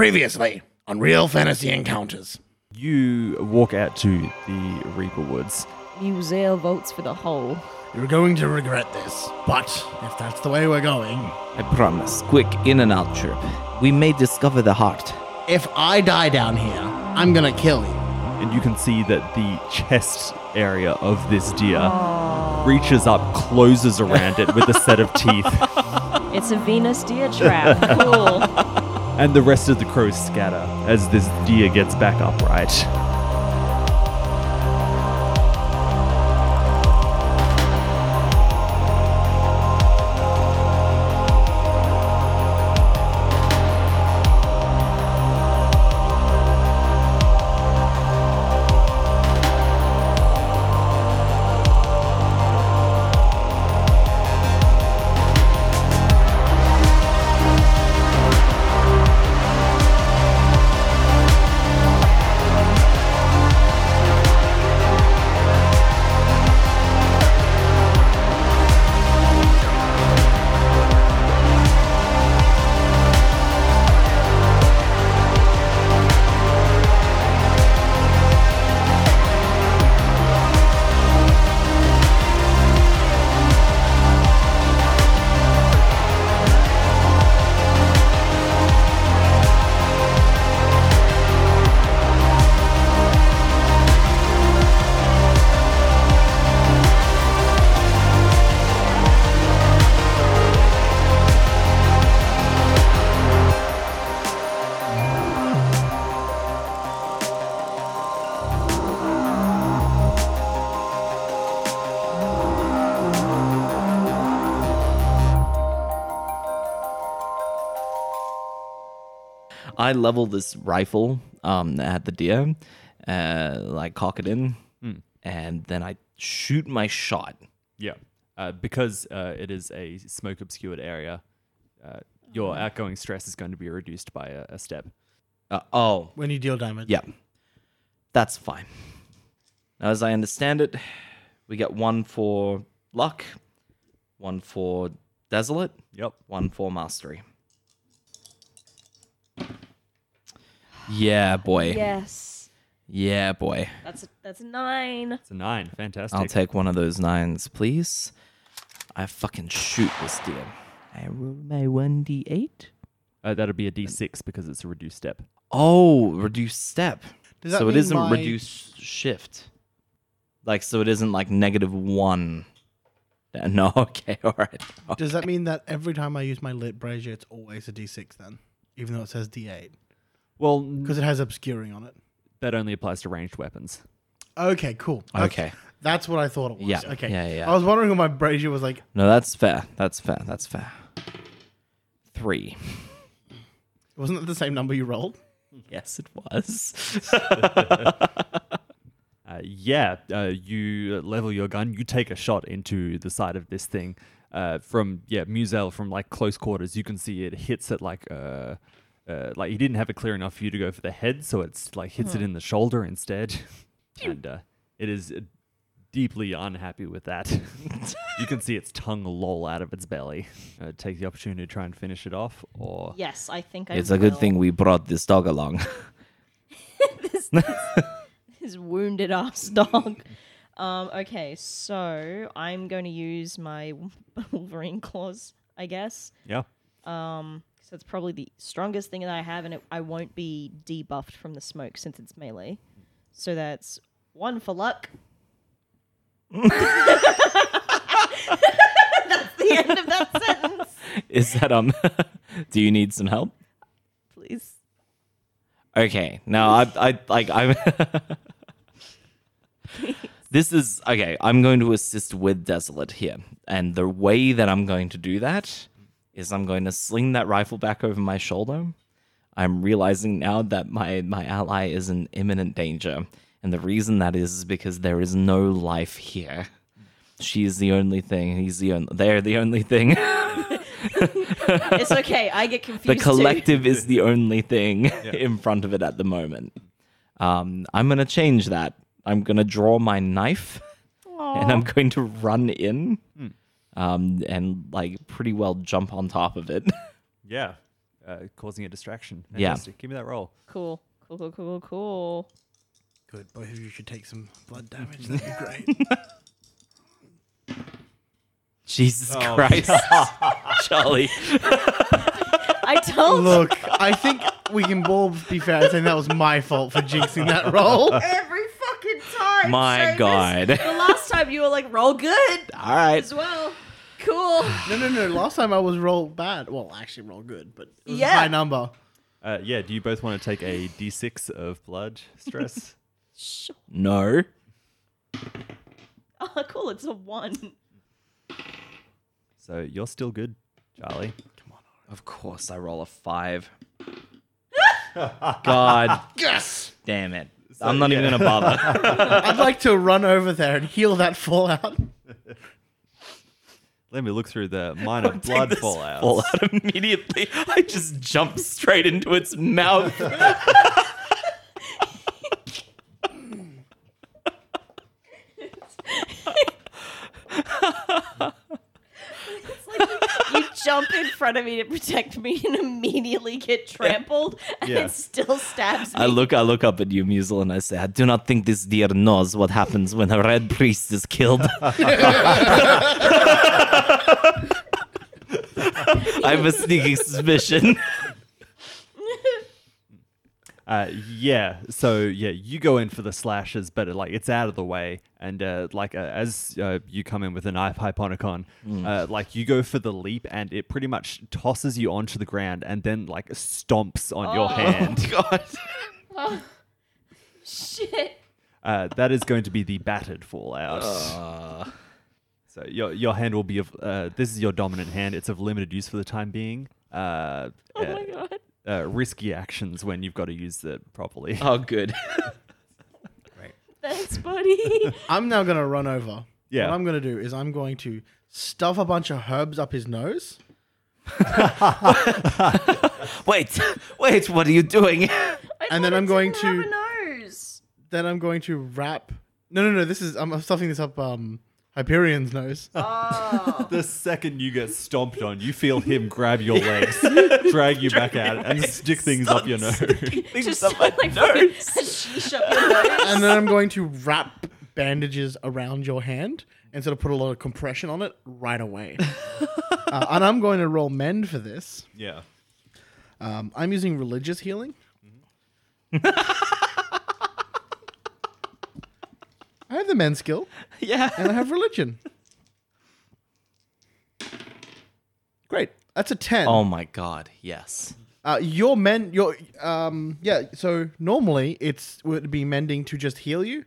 Previously on Real Fantasy Encounters. You walk out to the Reaper Woods. Museo votes for the whole. You're going to regret this, but if that's the way we're going, I promise. Quick in and out trip. We may discover the heart. if I die down here, I'm gonna kill you. and you can see that the chest area of this deer reaches up, closes around it with a set of teeth, It's a Venus deer trap. Cool. and the rest of the crows scatter as this deer gets back upright. I level this rifle um, at the deer, uh, like cock it in, and then I shoot my shot. Yeah, uh, because uh, it is a smoke obscured area, uh, your outgoing stress is going to be reduced by a, a step. Uh, oh, When you deal damage. yeah. That's fine. Now, as I understand it, we get one for luck, one for desolate, Yep. one for mastery. Yeah, boy. yes. Yeah, boy. That's that's nine. It's a nine. Fantastic. I'll take one of those nines, please. I fucking shoot this deer. I roll my 1d8. uh, that'll be a d6 because it's a reduced step. Oh, reduce step. Does that so it mean isn't my- reduce shift. Like, so it isn't like negative one. Uh, No, okay, all right. Does that mean that every time I use my lit brazier, it's always a D6 then, even though it says D8 Well, because it has obscuring on it? that only applies to ranged weapons. Okay, cool. That's- Okay. that's what I thought it was. Yeah, Okay. yeah, yeah. I was wondering if my brazier was like No, that's fair. That's fair. That's fair. Three. wasn't that the same number you rolled? Yes, it was. Uh, yeah, uh, you level your gun. You take a shot into the side of this thing uh, from yeah Musel from like close quarters. You can see it hits it like uh, uh, like you didn't have it clear enough for you to go for the head, so it's like hits it in the shoulder instead, and uh, it is uh, deeply unhappy with that. you can see its tongue loll out of its belly. Uh, take the opportunity to try and finish it off, or Yes, I think I it's a good will. thing we brought this dog along. His wounded ass dog. Um, okay, so I'm going to use my Wolverine claws, I guess. yeah, So it's probably the strongest thing that I have, and it, I won't be debuffed from the smoke since it's melee. So that's one for luck. that's the end of that sentence. Is that um? do you need some help? Please. Okay. No, I, I like I'm. this is okay. I'm going to assist with Desolate here, and the way that I'm going to do that is I'm going to sling that rifle back over my shoulder. I'm realizing now that my my ally is in imminent danger, and the reason that is is because there is no life here. She is the only thing. He's the only. They're the only thing. It's okay. I get confused. the too. collective is the only thing in front of it at the moment. Um, I'm going to change that. I'm going to draw my knife and I'm going to run Hmm. in um, and like pretty well jump on top of it. yeah. uh, causing a distraction. Yeah. Fantastic. Give me that roll. Cool. Cool, cool, cool, cool, cool. Good. Both of you should take some blood damage. That'd be great. Jesus Christ, Charlie. I told Look, I think we can both be fair in saying that was my fault for jinxing that roll. every fucking time. My this- God. the last time you were like, roll good All right. as well. Cool. No, no, no. Last time I was roll bad. Well, actually, roll good, but it was Yeah. a high number. Uh, yeah, do you both want to take a d6 of blood stress? No. Oh, cool. It's a one. so you're still good, Charlie. Of course, I roll a five. God. Yes. Damn it. I'm not even gonna bother. I'd like to run over there and heal that fallout. Let me look through the minor blood Take this fallouts. Fall out immediately. I just jump straight into its mouth. It's like you, you jump in front of me to protect me and immediately get trampled, and Yeah. it still stabs me. I look, I look up at you, Musel, and I say, I do not think this deer knows what happens when a red priest is killed. I have a sneaking suspicion. Uh, yeah. So yeah, you go in for the slashes, but it, like it's out of the way, and uh, like uh, as uh, you come in with a knife hyponicon, Mm. uh, like you go for the leap, and it pretty much tosses you onto the ground, and then like stomps on Oh. your hand. God. Shit. Uh, that is going to be the battered fallout. So your your hand will be of uh, this is your dominant hand. It's of limited use for the time being. Uh, Oh uh, my god. uh, risky actions when you've got to use it properly. Oh, good. Thanks, buddy. I'm now gonna run over. Yeah. What I'm gonna do is I'm going to stuff a bunch of herbs up his nose. Wait, wait, what are you doing? I And then thought it I'm going didn't to- have a nose. Then I'm going to wrap. No, no, no. This is I'm stuffing this up um Hyperion's nose. The second you get stomped on, you feel him grab your legs, drag you back out, and stick things up your nose. Just Just like fucking a sheesh up your nose. and then I'm going to wrap bandages around your hand and sort of put a lot of compression on it right away. uh, and I'm going to roll mend for this. Yeah. Um, I'm using religious healing. I have the mend skill yeah. and I have religion. Great. That's a 10. Oh my god, yes. Uh, your men, your um, yeah. So normally it's would be mending to just heal you,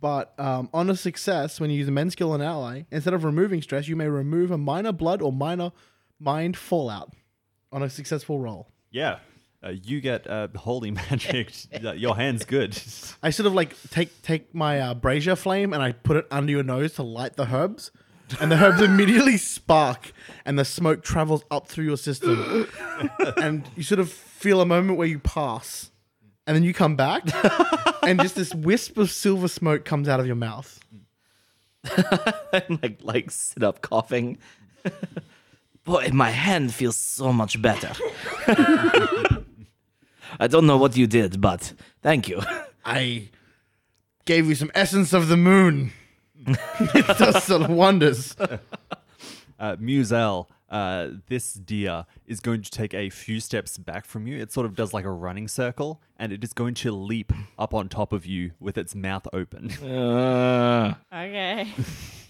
but um, on a success when you use a mend skill on an ally, instead of removing stress, you may remove a minor blood or minor mind fallout on a successful roll. Yeah. Uh, you get uh, holy magic. Uh, your hand's good. I sort of like take take my uh, brazier flame and I put it under your nose to light the herbs, and the herbs immediately spark, and the smoke travels up through your system, and you sort of feel a moment where you pass, and then you come back, and just this wisp of silver smoke comes out of your mouth. like like sit up coughing. Boy, my hand feels so much better. I don't know what you did, but thank you. I gave you some essence of the moon. it does sort of wonders. Uh, Musel, uh, this deer is going to take a few steps back from you. It sort of does like a running circle, and it is going to leap up on top of you with its mouth open. Uh, Okay.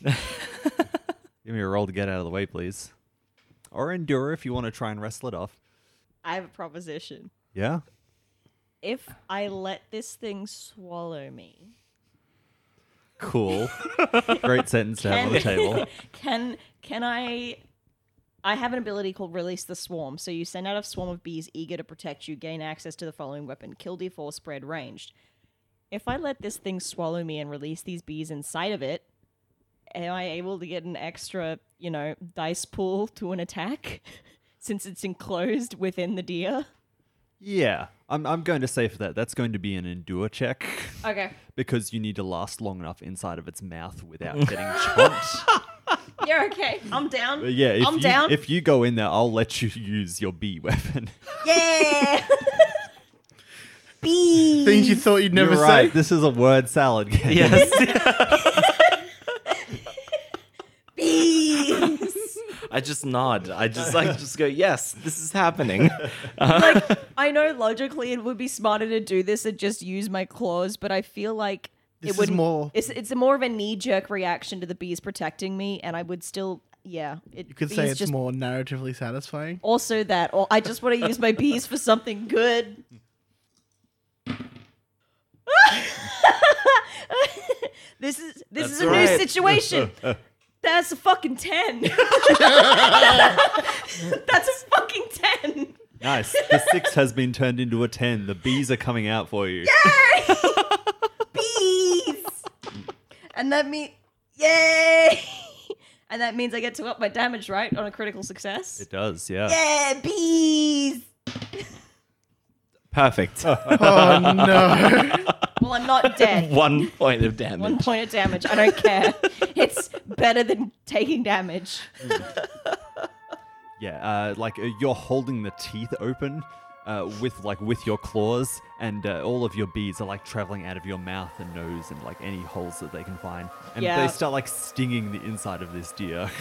Give me a roll to get out of the way, please. Or endure if you want to try and wrestle it off. I have a proposition. Yeah. If I let this thing swallow me, Cool. Great sentence to have on the table. Can can I? I have an ability called Release the Swarm. So you send out a swarm of bees eager to protect you. Gain access to the following weapon: Kill D4, spread ranged. If I let this thing swallow me and release these bees inside of it, am I able to get an extra, you know, dice pool to an attack since it's enclosed within the deer? Yeah. I'm, I'm going to say for that, that's going to be an endure check Okay. because you need to last long enough inside of its mouth without getting chomped. Yeah, okay. I'm down. But Uh, yeah, if I'm you, down. if you go in there, I'll let you use your B weapon. yeah. Bee. Things you thought you'd never You're right. say. This is a word salad game. Yes. Bees. I just nod. I just like just go, yes, this is happening. like I know logically it would be smarter to do this and just use my claws, but I feel like This it is would more- It's it's more of a knee jerk reaction to the bees protecting me, and I would still yeah. It, You could say it's more narratively satisfying. Also that, or I just want to use my bees for something good. this is this is a new right. situation. That's a fucking ten. That's a fucking ten. Nice. The six has been turned into a ten. The bees are coming out for you. Yeah. bees. And that means yay! And that means I get to up my damage, right, on a critical success. It does. Yeah. Yeah, bees. Perfect. Oh no! Well, I'm not dead. One point of One damage. point of damage. I don't care. It's better than taking damage. Yeah, uh, like uh, you're holding the teeth open uh, with like with your claws, and uh, all of your bees are like traveling out of your mouth and nose and like any holes that they can find, and Yeah. they start like stinging the inside of this deer.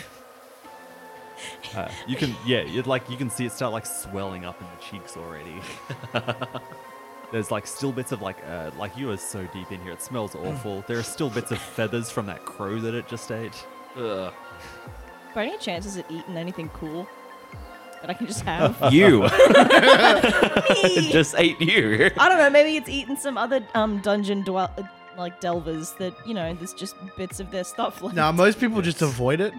Uh, you can, yeah, you'd like you can see it start like swelling up in the cheeks already. There's like still bits of like, uh, like you are so deep in here, it smells awful. There are still bits of feathers from that crow that it just ate. Ugh. By any chance, is it eating anything cool that I can just have? You. it just ate you. I don't know. Maybe it's eating some other um dungeon dwell uh, like delvers that you know. There's just bits of their stuff. Like now most people just avoid it.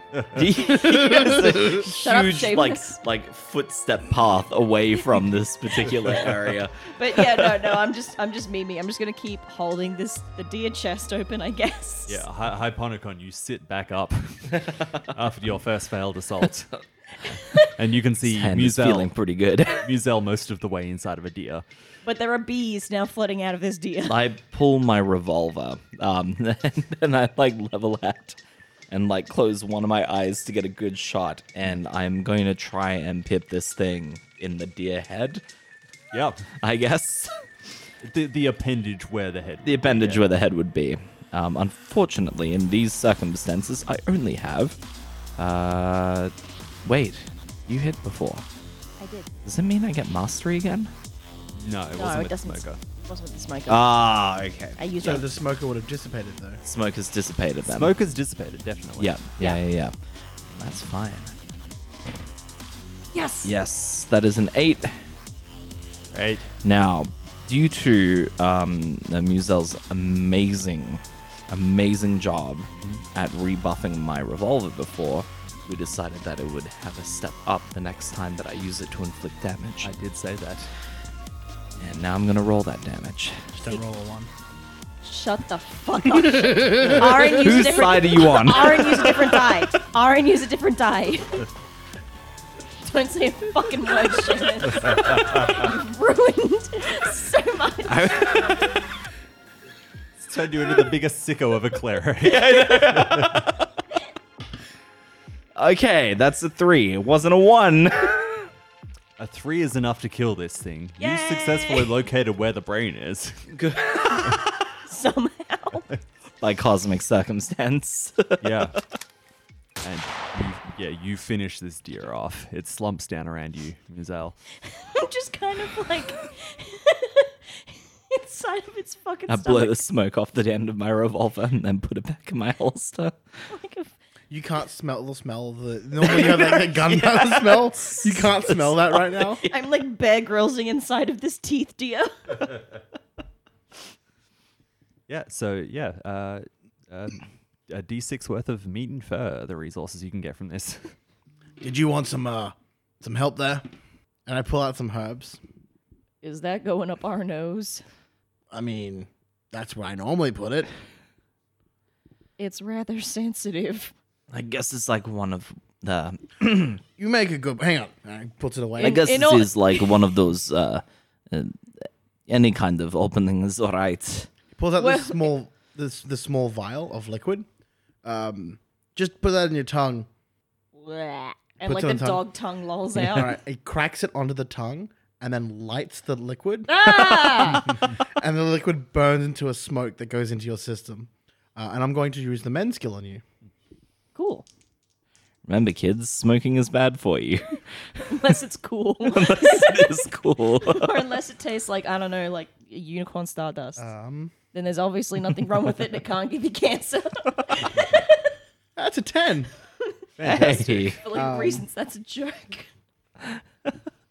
Shut up, huge like Seamus. like footstep path away from this particular area. But yeah, no, no, I'm just I'm just Mimi. I'm just gonna keep holding this the deer chest open, I guess. Yeah, Hy- Hyponicon, you sit back up after your first failed assault. and you can see And he's feeling Muzel, pretty good. Muzel most of the way inside of a deer. But there are bees now flooding out of this deer. I pull my revolver, um, and then I like level at and like close one of my eyes to get a good shot, and I'm going to try and pip this thing in the deer head, Yep. I guess. The, the appendage where the head The appendage where the head would be. Um, unfortunately, in these circumstances, I only have. Uh, wait, you hit before. I did. Does that mean I get mastery again? No, it wasn't No, it with the doesn't. smoker. It wasn't the smoker. Ah, okay. I used So it. the smoker would have dissipated though. Smoke has dissipated then. Smoker's dissipated, definitely. Yeah, yeah, Yeah. yeah, yeah. That's fine. yes. Yes, that is an eight. Right. Now, due to um, uh, Muzel's amazing, amazing job Mm-hmm. at rebuffing my revolver before, we decided that it would have a step up the next time that I use it to inflict damage. I did say that. And now I'm going to roll that damage. Just don't roll a one. Shut the fuck up. Aaron used a Whose different side are you on? Aaron used a different die. Aaron used a different die. Don't say a fucking word, Seamus. You've ruined so much. It's turned you into the biggest sicko of a cleric. okay, that's a three. It wasn't a one. A three is enough to kill this thing. You Yay! successfully located where the brain is. Somehow. By cosmic circumstance. yeah. And you, yeah, you finish this deer off. It slumps down around you, Muzel. I'm just kind of like inside of its fucking I blow stomach. the smoke off the end of my revolver and then put it back in my holster. Like a- You can't smell the smell. Of the normally you have that, that gunpowder smell. You can't smell that right now. I'm like bear grilling inside of this teeth deer. Yeah. So yeah, uh, uh, a d6 worth of meat and fur. are The resources you can get from this. Did you want some uh some help there? And I pull out some herbs. Is that going up our nose? I mean, that's where I normally put it. It's rather sensitive. I guess it's like one of the You make a good. Hang on. And I puts it away. I guess in this all- is like one of those. Uh, uh, any kind of opening is alright. pulls out Well- this small this the small vial of liquid. Um, just put that in your tongue, bleh, and Puts like it the on tongue. dog tongue lolls out. All right, he cracks it onto the tongue and then lights the liquid, Ah! and the liquid burns into a smoke that goes into your system. Uh, and I'm going to use the men skill on you. cool. Remember, kids, smoking is bad for you. Unless it's cool. Unless it is cool. or unless it tastes like, I don't know, like unicorn stardust. Um, then there's obviously nothing wrong with it and it can't give you cancer. that's a ten. hey. For like Um. reasons, that's a joke.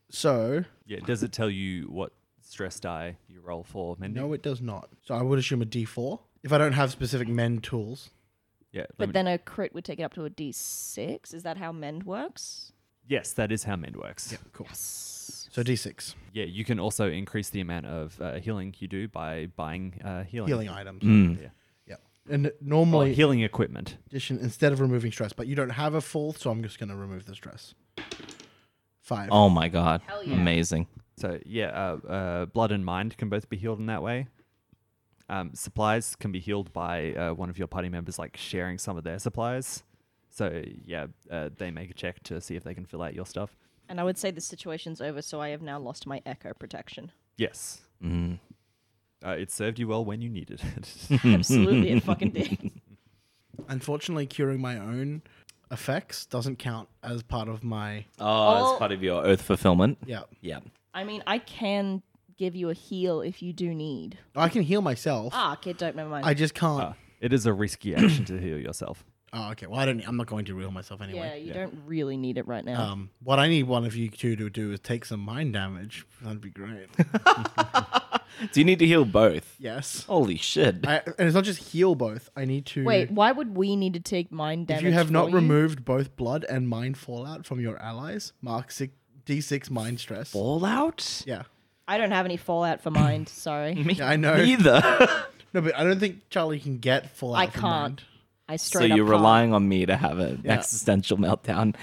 So Yeah, does it tell you what stress die you roll for, Mindy? no, it does not. So I would assume a D4 if I don't have specific men tools. Yeah, let But me- then a crit would take it up to a d6. Is that how mend works? yes, that is how mend works. Yeah. Cool. So D6 you can also increase the amount of uh, healing you do by buying uh, healing. healing items. Yeah. Yeah. And Or normally healing equipment. addition instead of removing stress, but you don't have a full, so I'm just going to remove the stress. Five. Oh my god. Hell yeah. Amazing. So yeah, uh, uh, blood and mind can both be healed in that way. Um, supplies can be healed by uh, one of your party members, like sharing some of their supplies. So yeah, uh, they make a check to see if they can fill out your stuff. And I would say the situation's over, so I have now lost my echo protection. Yes, Mm. uh, it served you well when you needed it. Hmm. Absolutely, it fucking did. Unfortunately, curing my own effects doesn't count as part of my. Oh, Oh. as part of your oath fulfillment. Yeah. Yeah. I mean, I can give you a heal if you do need. I can heal myself. Ah, kid, don't never mind. I just can't. Uh, it is a risky action to heal yourself. Oh, okay. Well, I don't. I'm not going to heal myself yeah, anyway. you don't really need it right now. Um, what I need one of you two to do is take some mind damage. That'd be great. Do you need to heal both? yes. Holy shit. I, and it's not just heal both. I need to. Wait, why would we need to take mind If damage? you have not for you? removed both blood and mind fallout from your allies, mark six, d6 mind stress. Fallout? Yeah. I don't have any fallout for mind. Sorry, Yeah, I know. Either. No, but I don't think Charlie can get fallout. I from can't. mind. I so straight up you're can't. relying on me to have an existential meltdown.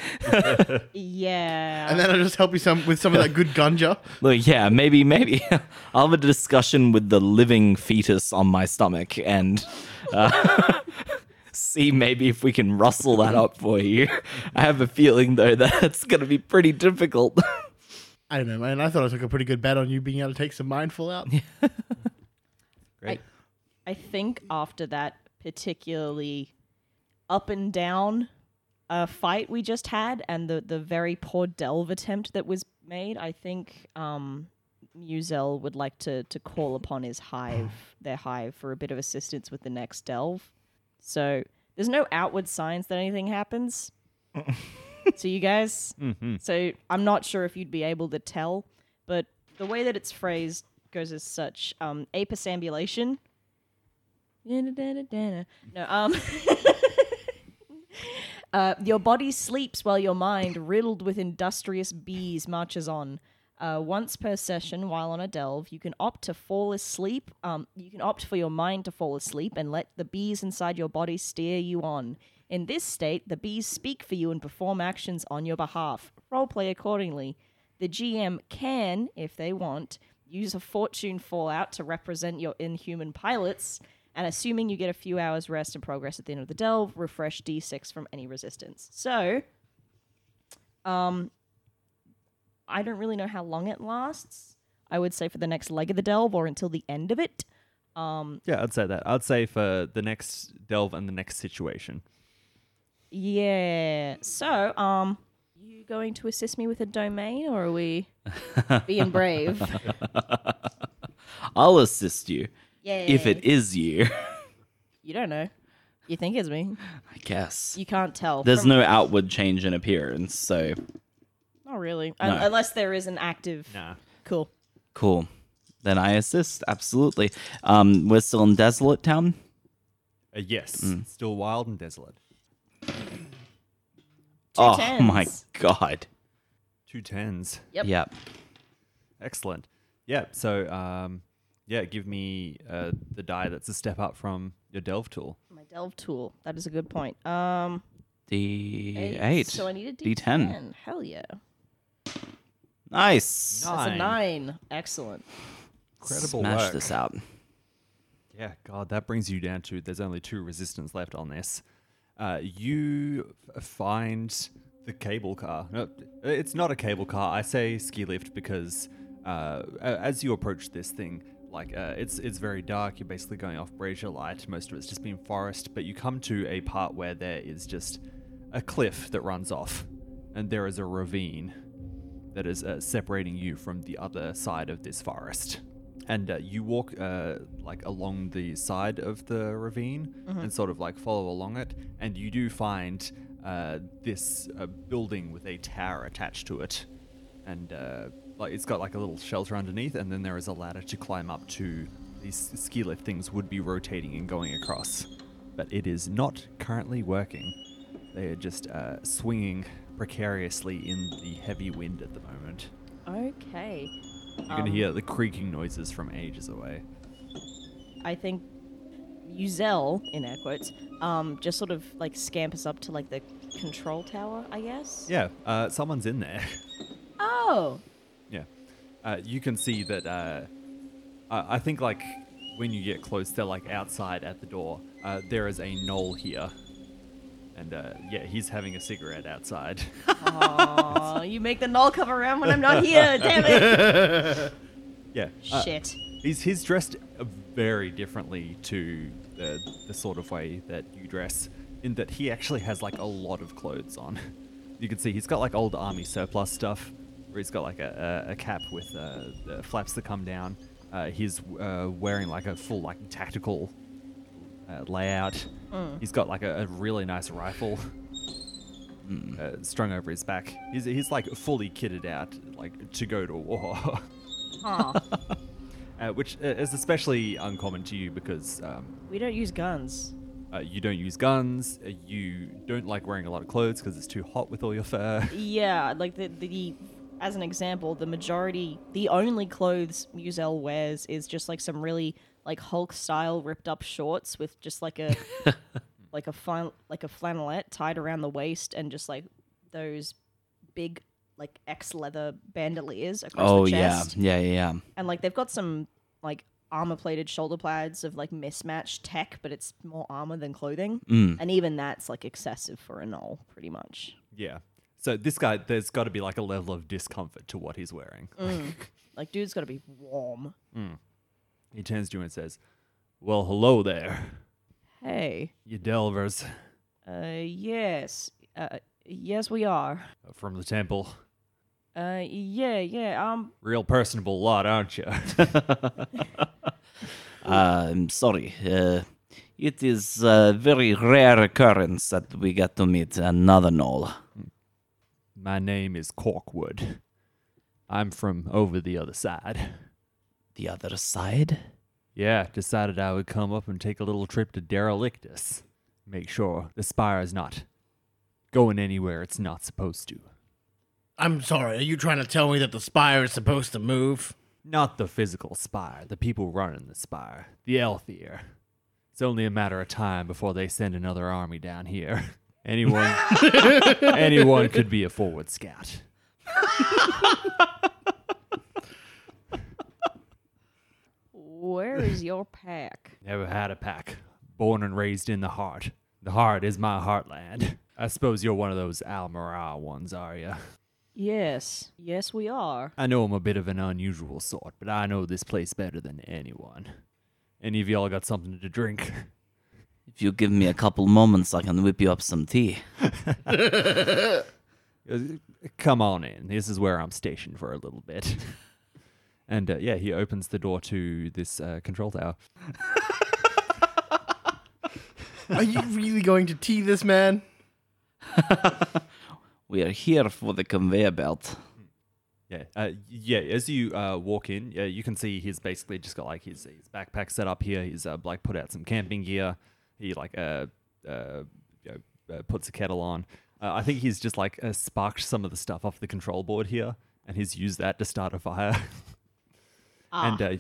Yeah, And then I'll just help you some with some of that good gunja. Look, yeah, maybe, maybe I'll have a discussion with the living fetus on my stomach and uh, see maybe if we can rustle that up for you. I have a feeling though that it's going to be pretty difficult. I don't know, man. I thought I took a pretty good bet on you being able to take some mind fallout. I, I think after that particularly up and down uh, fight we just had and the, the very poor delve attempt that was made, I think um, Muzel would like to, to call upon his hive, their hive, for a bit of assistance with the next delve. So there's no outward signs that anything happens to you guys. So I'm not sure if you'd be able to tell, but the way that it's phrased goes as such: um, apis ambulation. No, um, uh, your body sleeps while your mind, riddled with industrious bees, marches on. Uh, once per session, while on a delve, you can opt to fall asleep. Um, you can opt for your mind to fall asleep and let the bees inside your body steer you on. In this state, the bees speak for you and perform actions on your behalf. Roleplay accordingly. The GM can, if they want, use a fortune fallout to represent your inhuman pilots, and assuming you get a few hours rest and progress at the end of the delve, refresh d6 from any resistance. So, um, I don't really know how long it lasts. I would say for the next leg of the delve or until the end of it. Yeah, I'd say that. I'd say for the next delve and the next situation. Yeah. So, um, you going to assist me with a domain, or are we being brave? I'll assist you Yeah. if it is you. you don't know, you think it's me. I guess You can't tell. there's from- no outward change in appearance, so Not really. Un- No. unless there is an active. Nah. Cool. cool. Then I assist absolutely. Um, we're still in desolate town. Uh, yes, still wild and desolate. Two oh tens. my god! Two tens. Yep. Yeah. Excellent. Yeah. So, um, yeah, give me uh, the die that's a step up from your delve tool. My delve tool. That is a good point. Um, D eight. So I need a D10. D10. Hell yeah. Nice. That's a nine. Excellent. Incredible Smash work. this out. Yeah, God, that brings you down to there's only two resistance left on this. Uh, you f- find the cable car. No, uh, it's not a cable car. I say ski lift because uh, a- as you approach this thing, like uh, it's it's very dark. You're basically going off brazier light. Most of it's just been forest, but you come to a part where there is just a cliff that runs off, and there is a ravine that is uh, separating you from the other side of this forest. And uh, you walk uh, like along the side of the ravine and sort of like follow along it, and you do find uh, this uh, building with a tower attached to it, and uh, like it's got like a little shelter underneath, and then there is a ladder to climb up to. These ski lift things would be rotating and going across, but it is not currently working. They are just uh, swinging precariously in the heavy wind at the moment. Okay. You can Um. hear the creaking noises from ages away. I think Uzel, in air quotes, um, just sort of like scampers up to like the control tower, I guess. Yeah, uh, someone's in there. Oh, yeah, uh, you can see that. Uh, I, I think like when you get close, they're like outside at the door. Uh, there is a knoll here, and uh, yeah, he's having a cigarette outside. Aw, you make the null come around when I'm not here. Damn it! yeah, uh, Shit. He's he's dressed uh, very differently to the, the sort of way that you dress, in that he actually has like a lot of clothes on. You can see he's got like old army surplus stuff, where he's got like a, a, a cap with uh, the flaps that come down. Uh, he's uh, wearing like a full like tactical uh, layout. He's got like a, a really nice rifle uh, strung over his back. He's, he's like fully kitted out, like to go to war. Aw, uh, which uh, is especially uncommon to you because um, we don't use guns. uh, you don't use guns, uh, you don't like wearing a lot of clothes because it's too hot with all your fur. Yeah, like the, the as an example, the majority, the only clothes Muzel wears is just like some really like Hulk style ripped up shorts with just like a like a fin- like a flannelette tied around the waist and just like those big like X leather bandoliers across Oh the yeah, chest. yeah, yeah. yeah. and like they've got some like armor plated shoulder plaids of like mismatched tech, but it's more armor than clothing. Mm. And even that's like excessive for a null, pretty much. yeah. So this guy, there's got to be like a level of discomfort to what he's wearing. Like, dude's got to be warm. He turns to you and says, "Well, hello there, Hey, you delvers uh, yes, uh, yes, we are. from the temple. Uh, yeah, yeah. Um, Real personable lot, aren't you?" I'm sorry. Uh, it is a very rare occurrence that we get to meet another Knoll. My name is Corkwood. I'm from over the other side. The other side? Yeah, decided I would come up and take a little trip to Derelictus. Make sure the spire is not going anywhere it's not supposed to. I'm sorry. Are you trying to tell me that the spire is supposed to move? Not the physical spire, the people running the spire, the Elthier. It's only a matter of time before they send another army down here. Anyone anyone could be a forward scout. where is your pack? Never had a pack. Born and raised in the heart. The heart is my heartland. I suppose you're one of those Almara ones, are you? Yes, yes, we are. I know I'm a bit of an unusual sort, but I know this place better than anyone. Any of y'all got something to drink? If you give me a couple moments, I can whip you up some tea. Come on in. This is where I'm stationed for a little bit. and uh, yeah, he opens the door to this uh, control tower. Are you really going to tee this man? We are here for the conveyor belt. Yeah, uh, yeah. As you uh, walk in, uh, you can see he's basically just got like his, his backpack set up here. He's uh, like put out some camping gear. He like uh, uh, you know, uh puts a kettle on. Uh, I think he's just like uh, sparked some of the stuff off the control board here, and he's used that to start a fire. and uh,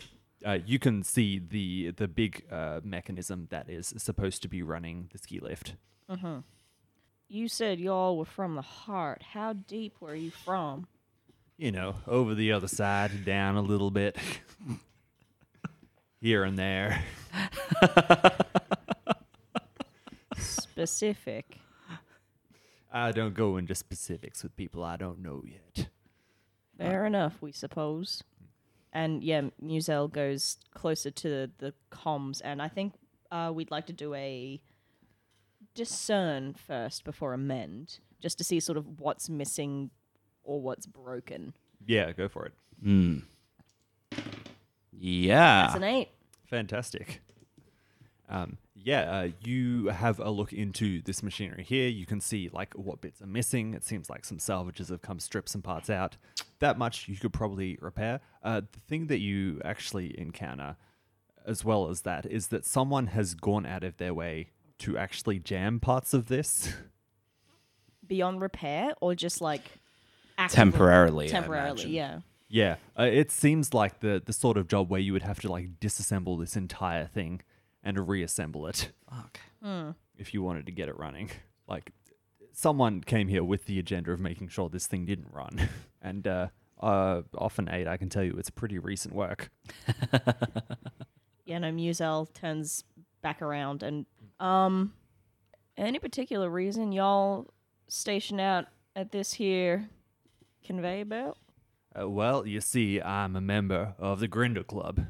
uh, you can see the the big uh, mechanism that is supposed to be running the ski lift. You said y'all were from the heart. How deep were you from? you know, over the other side, down a little bit, here and there. Specific. I don't go into specifics with people I don't know yet. Fair enough, we suppose. And yeah, Musel goes closer to the, the comms, and I think uh, we'd like to do a discern first before amend, just to see sort of what's missing or what's broken. Yeah, go for it. That's Yeah. an eight. Fantastic. Um, yeah, uh, you have a look into this machinery here. You can see like what bits are missing. It seems like some salvages have come, stripped some parts out. That much you could probably repair. Uh, the thing that you actually encounter, as well as that, is that someone has gone out of their way to actually jam parts of this. Beyond repair, or just like actively- Temporarily. I Temporarily, imagine. yeah. Yeah, uh, it seems like the the sort of job where you would have to like disassemble this entire thing and reassemble it. Fuck. if you wanted to get it running. Like, someone came here with the agenda of making sure this thing didn't run. And uh, uh, off an eight, I can tell you it's pretty recent work. Yeah, no, Musel turns back around and um any particular reason y'all station out at this here conveyor belt? Uh, well, you see, I'm a member of the Grindel Club.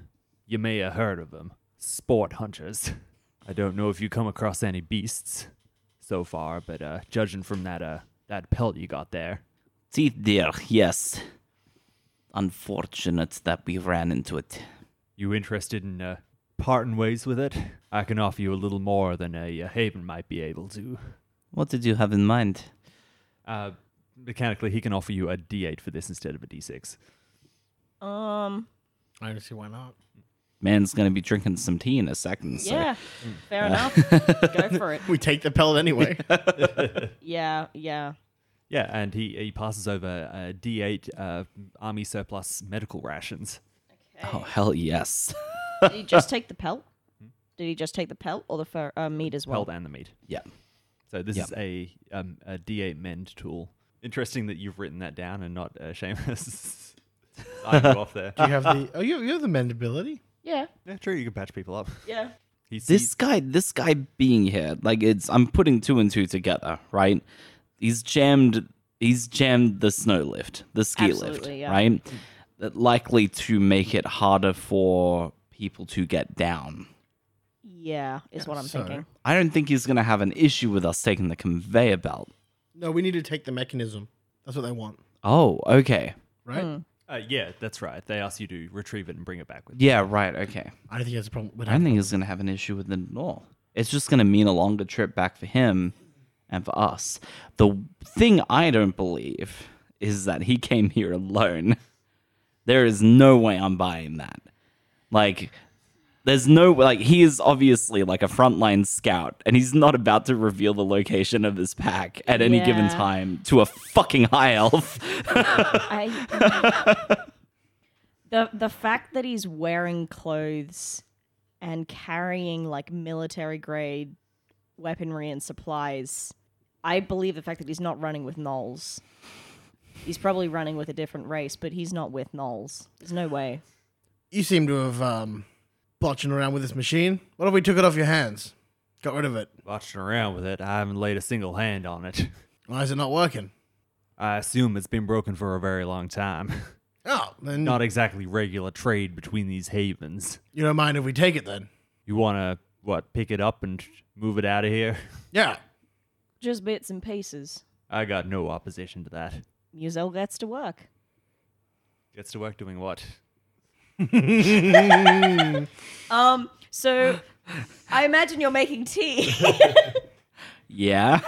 You may have heard of them. Sport hunters. I don't know if you come across any beasts so far, but uh, judging from that uh, that pelt you got there, Teeth dear, yes. Unfortunate that we ran into it. you interested in uh, parting ways with it? I can offer you a little more than a, a Haven might be able to. What did you have in mind? Uh, mechanically, he can offer you a D8 for this instead of a D6. Um I don't see why not. Man's gonna be drinking some tea in a second. So. yeah. Fair enough. Go for it. We take the pellet anyway. Yeah, yeah. Yeah, and he, he passes over a D8 uh, army surplus medical rations. Oh hell yes. Did he just take the pelt? Did he just take the pelt or the fur, uh, meat as well? Pelt and the meat. Yeah. So this Yeah. is a um, a D8 mend tool. Interesting that you've written that down and not uh, Seamus. I go off there. Do you have the? Oh, you have, you have the mendability. Yeah, Yeah, true. You can patch people up. yeah. He This sees- guy, this guy being here, like it's. I'm putting two and two together, right? He's jammed. He's jammed the snow lift, the ski lift, Absolutely, yeah. right? That likely to make it harder for people to get down. Yeah, is what I'm so- thinking. I don't think he's gonna have an issue with us taking the conveyor belt. No, we need to take the mechanism. That's what they want, Oh, okay. right? uh, yeah, that's right. They ask you to retrieve it and bring it back with you. Yeah, right. Okay. I don't think that's a problem. We I don't think he's gonna have an issue with it at all. It's just gonna mean a longer trip back for him and for us. The thing I don't believe is that he came here alone. There is no way I'm buying that. Like, there's no like he is obviously like a frontline scout, and he's not about to reveal the location of this pack at any given Yeah. time to a fucking high elf. I the the fact that he's wearing clothes and carrying like military grade weaponry and supplies, I believe the fact that he's not running with Knowles. He's probably running with a different race, but he's not with Knowles. There's no way. you seem to have um, botching around with this machine. What if we took it off your hands? Got rid of it. Watching around with it, I haven't laid a single hand on it. Why is it not working? I assume it's been broken for a very long time. Oh, then Not exactly regular trade between these havens. you don't mind if we take it then? You want to, what, pick it up and move it out of here? Yeah. Just bits and pieces. I got no opposition to that. Musel gets to work. Gets to work doing what? Um, so I imagine you're making tea. yeah.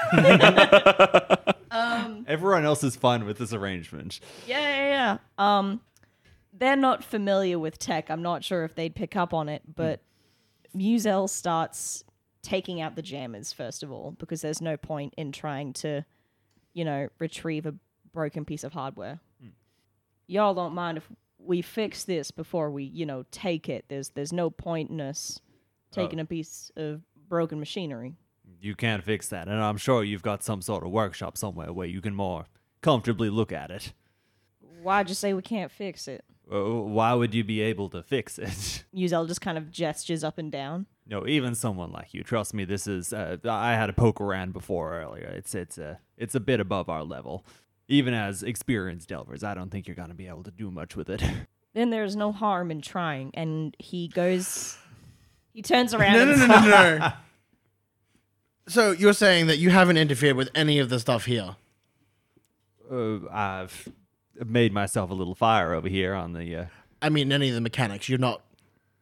Everyone else is fine with this arrangement. Yeah, yeah, yeah. Um, they're not familiar with tech. I'm not sure if they'd pick up on it, but Musel starts taking out the jammers first of all because there's no point in trying to, you know, retrieve a broken piece of hardware. Y'all don't mind if we fix this before we, you know, take it. There's there's no point in us taking a piece of broken machinery. You can't fix that, and I'm sure you've got some sort of workshop somewhere where you can more comfortably look at it. Why'd you say we can't fix it? Uh, why would you be able to fix it? Yuzel just kind of gestures up and down. no, even someone like you. Trust me, this is. Uh, I had a poke around before earlier. It's it's a it's a bit above our level. Even as experienced delvers, I don't think you're gonna be able to do much with it. Then there's no harm in trying. And he goes, he turns around. No, and no, no, no, no. no. so you're saying that you haven't interfered with any of the stuff here? uh, I've made myself a little fire over here on the. Uh, I mean, any of the mechanics. You're not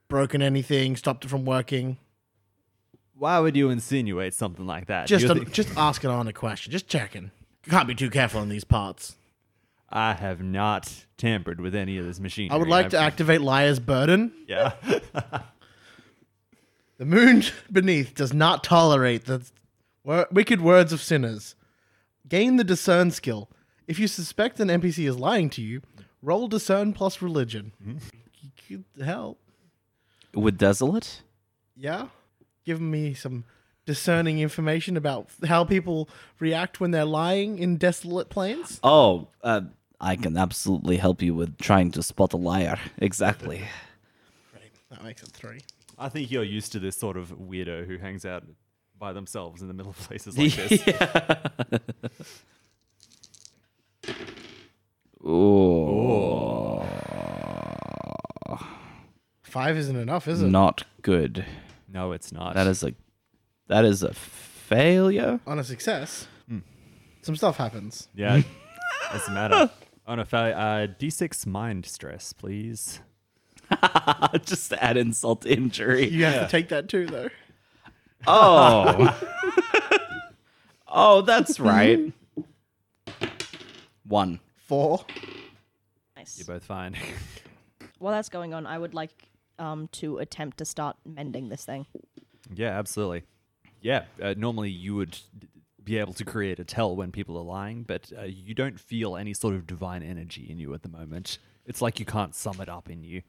broken anything, stopped it from working. why would you insinuate something like that? Just, You a, think- just asking on a question. Just checking. You can't be too careful in these parts. I have not tampered with any of this machine. I would like to activate Liar's Burden. Yeah. The moon beneath does not tolerate the wor- wicked words of sinners. Gain the discern skill. If you suspect an NPC is lying to you, roll discern plus religion. You could help. With Desolate? Yeah? Give me some discerning information about how people react when they're lying in desolate plains. Oh, uh, I can absolutely help you with trying to spot a liar. Exactly. That makes it three. I think you're used to this sort of weirdo who hangs out by themselves in the middle of places like this. Oh, Five isn't enough, is it? not good. No, it's not. That is a that is a failure. On a success, some stuff happens. Yeah. doesn't matter. On a failure, uh, D6 mind stress, please. Just to add insult to injury. You have to take that too, though. Oh. oh, that's right. One. Four. Nice. You're both fine. While that's going on, I would like um, to attempt to start mending this thing. yeah, absolutely. Yeah, uh, normally you would be able to create a tell when people are lying, but uh, you don't feel any sort of divine energy in you at the moment. It's like you can't sum it up in you.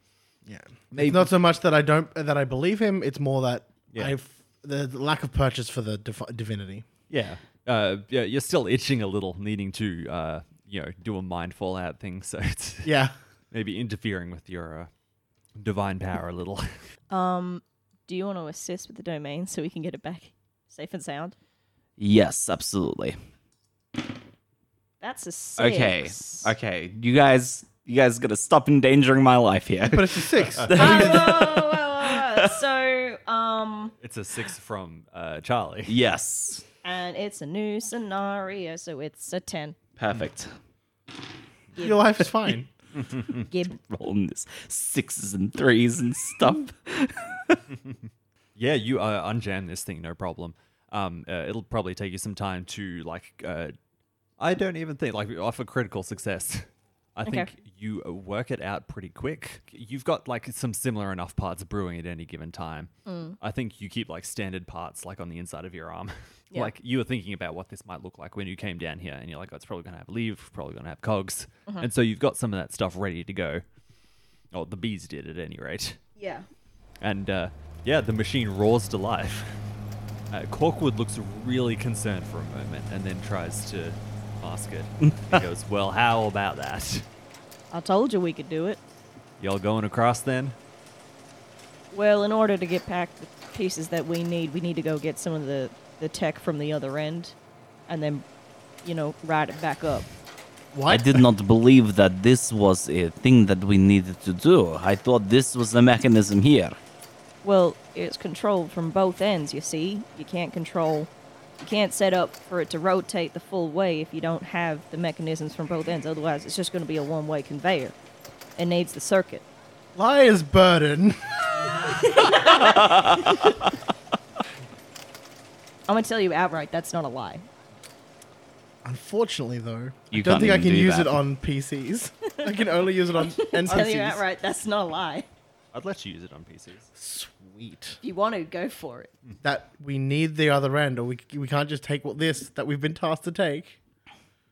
Yeah. Maybe. It's not so much that I don't that I believe him. It's more that Yeah. I've the the lack of purchase for the div- divinity. Yeah. Uh, yeah, you're still itching a little, needing to, uh, you know, do a mind fallout thing. So it's Yeah. maybe interfering with your uh, divine power a little. Do you want to assist with the domain so we can get it back safe and sound? Yes, absolutely. That's a six. Okay. Okay. You guys you guys gotta stop endangering my life here. But it's a six. Whoa, whoa, whoa, whoa, whoa. So, um, it's a six from uh, Charlie. yes. and it's a new scenario, so it's a ten. Perfect. Your life is fine. Hmm. Gib. Rolling this sixes and threes and stuff. Yeah, you uh, unjam this thing, no problem. Um, uh, it'll probably take you some time to like. Uh, I don't even think like off a critical success. I think you uh, work it out pretty quick. You've got like some similar enough parts brewing at any given time. I think you keep like standard parts like on the inside of your arm. Yeah. like you were thinking about what this might look like when you came down here, and you're like, oh, it's probably gonna have leave, probably gonna have cogs, and so you've got some of that stuff ready to go. Oh, the bees did at any rate. Yeah. And uh, yeah, the machine roars to life. Uh, Corkwood looks really concerned for a moment and then tries to mask it. he goes, Well, how about that? I told you we could do it. Y'all going across then? Well, in order to get back the pieces that we need, we need to go get some of the, the tech from the other end and then, you know, ride it back up. I What? did not believe that this was a thing that we needed to do. I thought this was the mechanism here. Well, it's controlled from both ends, you see. You can't control. You can't set up for it to rotate the full way if you don't have the mechanisms from both ends. Otherwise, it's just going to be a one way conveyor. It needs the circuit. Liar's burden. I'm going to tell you outright that's not a lie. Unfortunately, though, I You don't can't think I even can do use it that. on PCs. I can only use it on tell you NPCs. outright that's not a lie. I'd let you use it on PCs. Sweet. If you want to, go for it. That we need the other end, or we we can't just take what this that we've been tasked to take.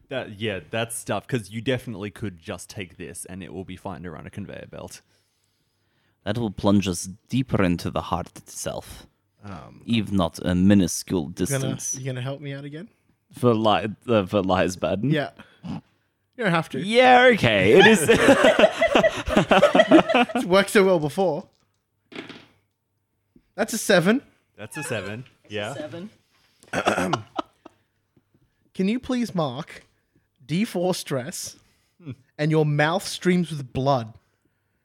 That, yeah, that's stuff, because you definitely could just take this and it will be fine to run a conveyor belt. That will plunge us deeper into the heart itself. if not a minuscule Gonna, distance. you gonna help me out again? For, li- uh, for Lies Baden? Yeah. You don't have to. Yeah, okay. It is. It's worked so well before. That's a seven. That's a seven. Yeah. Seven. Can you please mark D4 stress Hmm. and your mouth streams with blood?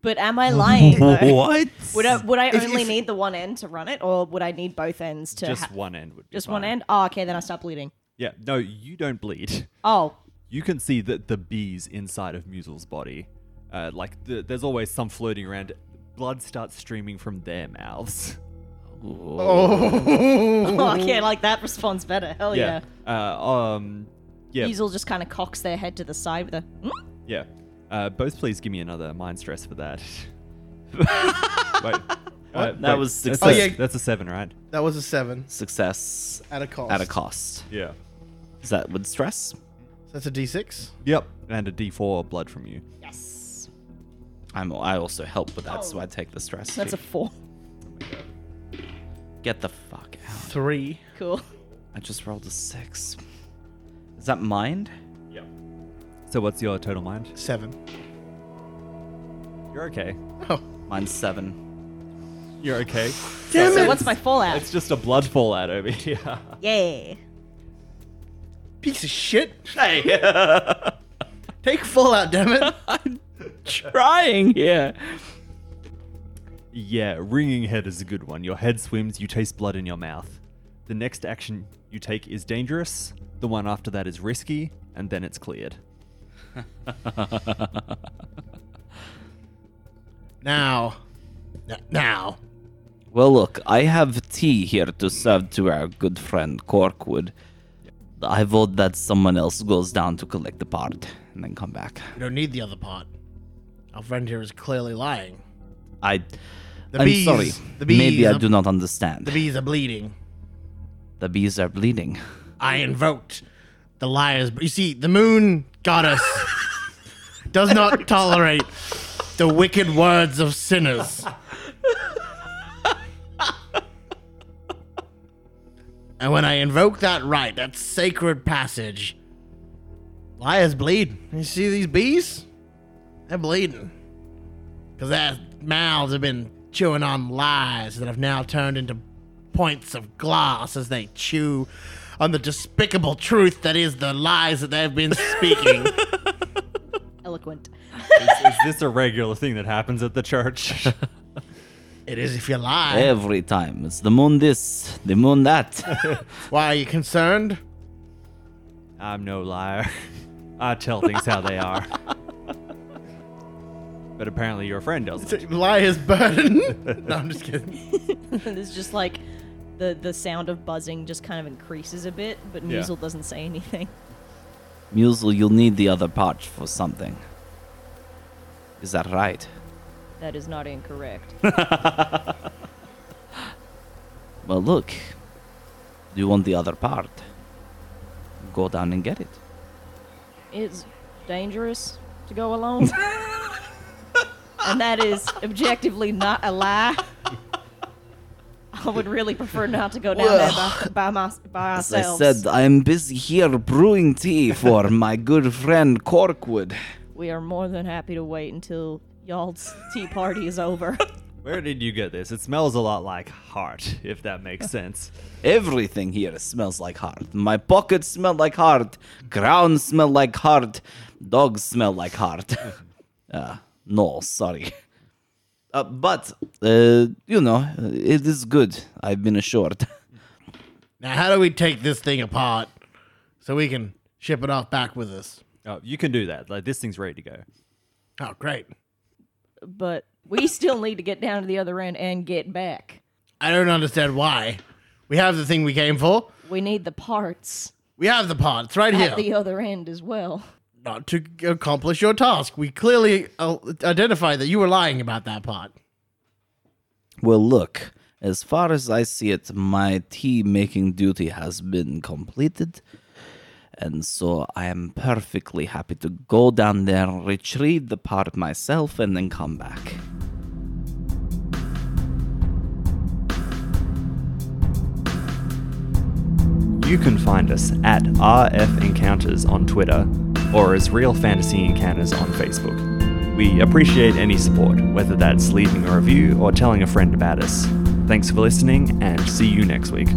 But am I lying? though? What? Would I, would I If- only if- need the one end to run it, or would I need both ends to Just ha- one end would be just one fine. end? Oh, okay, then I stop bleeding. Yeah. No, you don't bleed. Oh, You can see that the bees inside of Musel's body, uh, like the, there's always some floating around. Blood starts streaming from their mouths. Oh. oh okay, like that responds better. Hell yeah. Uh, um. Yeah. Diesel just kind of cocks their head to the side with a. "Mm?" Yeah. Uh, both please give me another mind stress for that. wait. Uh, That was that's success. a- Oh, yeah. That's a seven, right? That was a seven Success at a cost. at a cost. Yeah. Is that with stress? So that's a D6. Yep. And a D4 blood from you. Yes. I'm, I also help with that, so I take the stress. That's a too. four. Get the fuck out. Three. Cool. I just rolled a six. Is that mind? So what's your total mind? Seven. You're okay. Oh. Mine's seven. You're okay. Damn So what's my fallout? It's just a blood fallout over here. Yeah. Piece of shit. Hey, Take Fallout, damn it. trying here. Yeah, wringing head is a good one. Your head swims, you taste blood in your mouth. The next action you take is dangerous, the one after that is risky, and then it's cleared. now. N- now. Well, look, I have tea here to serve to our good friend Corkwood. I vote that someone else goes down to collect the part and then come back. We don't need the other part. Our friend here is clearly lying. I. The I'm bees. sorry. The bees. Maybe I are- do not understand. The bees are bleeding. the bees are bleeding. I invoked the liars. You see, the moon goddess does not tolerate the wicked words of sinners. and when I invoke that right, that sacred passage, liars bleed. You see these bees? They're bleeding. Because their mouths have been chewing on lies that have now turned into points of glass as they chew on the despicable truth that is the lies that they've been speaking. Eloquent. is, is this a regular thing that happens at the church? it is if you lie. Every time. It's the moon this, the moon that. Why are you concerned? I'm no liar. I tell things how they are. But apparently your friend doesn't. Liar's burden. no, I'm just kidding. There's just like the the sound of buzzing just kind of increases a bit, but Yeah. Muzel doesn't say anything. Musel, you'll need the other part for something. Is that right? That is not incorrect. Well, look. Do you want the other part? Go down and get it. it's dangerous to go alone. and that is objectively not a lie. I would really prefer not to go down there by, by, my, by As I ourselves. said, I'm busy here brewing tea for my good friend Corkwood. we are more than happy to wait until y'all's tea party is over. Where did you get this? It smells a lot like heart, if that makes sense. Everything here smells like heart. My pockets smell like heart. Ground smell like heart. Dogs smell like heart. uh, no, sorry. Uh, but, uh, you know, it is good. I've been assured. Now, how do we take this thing apart so we can ship it off back with us? Oh, you can do that. Like this thing's ready to go. Oh, great. but we still need to get down to the other end and get back. I don't understand why. We have the thing we came for. We need the parts We have the parts right at here. the other end as well. Not to accomplish your task. We clearly uh, identified that you were lying about that part. Well, look, as far as I see it, my tea making duty has been completed. And so I am perfectly happy to go down there, retrieve the part myself, and then come back. You can find us at RF Encounters on Twitter or as Real Fantasy Encounters on Facebook. We appreciate any support, whether that's leaving a review or telling a friend about us. Thanks for listening, and see you next week.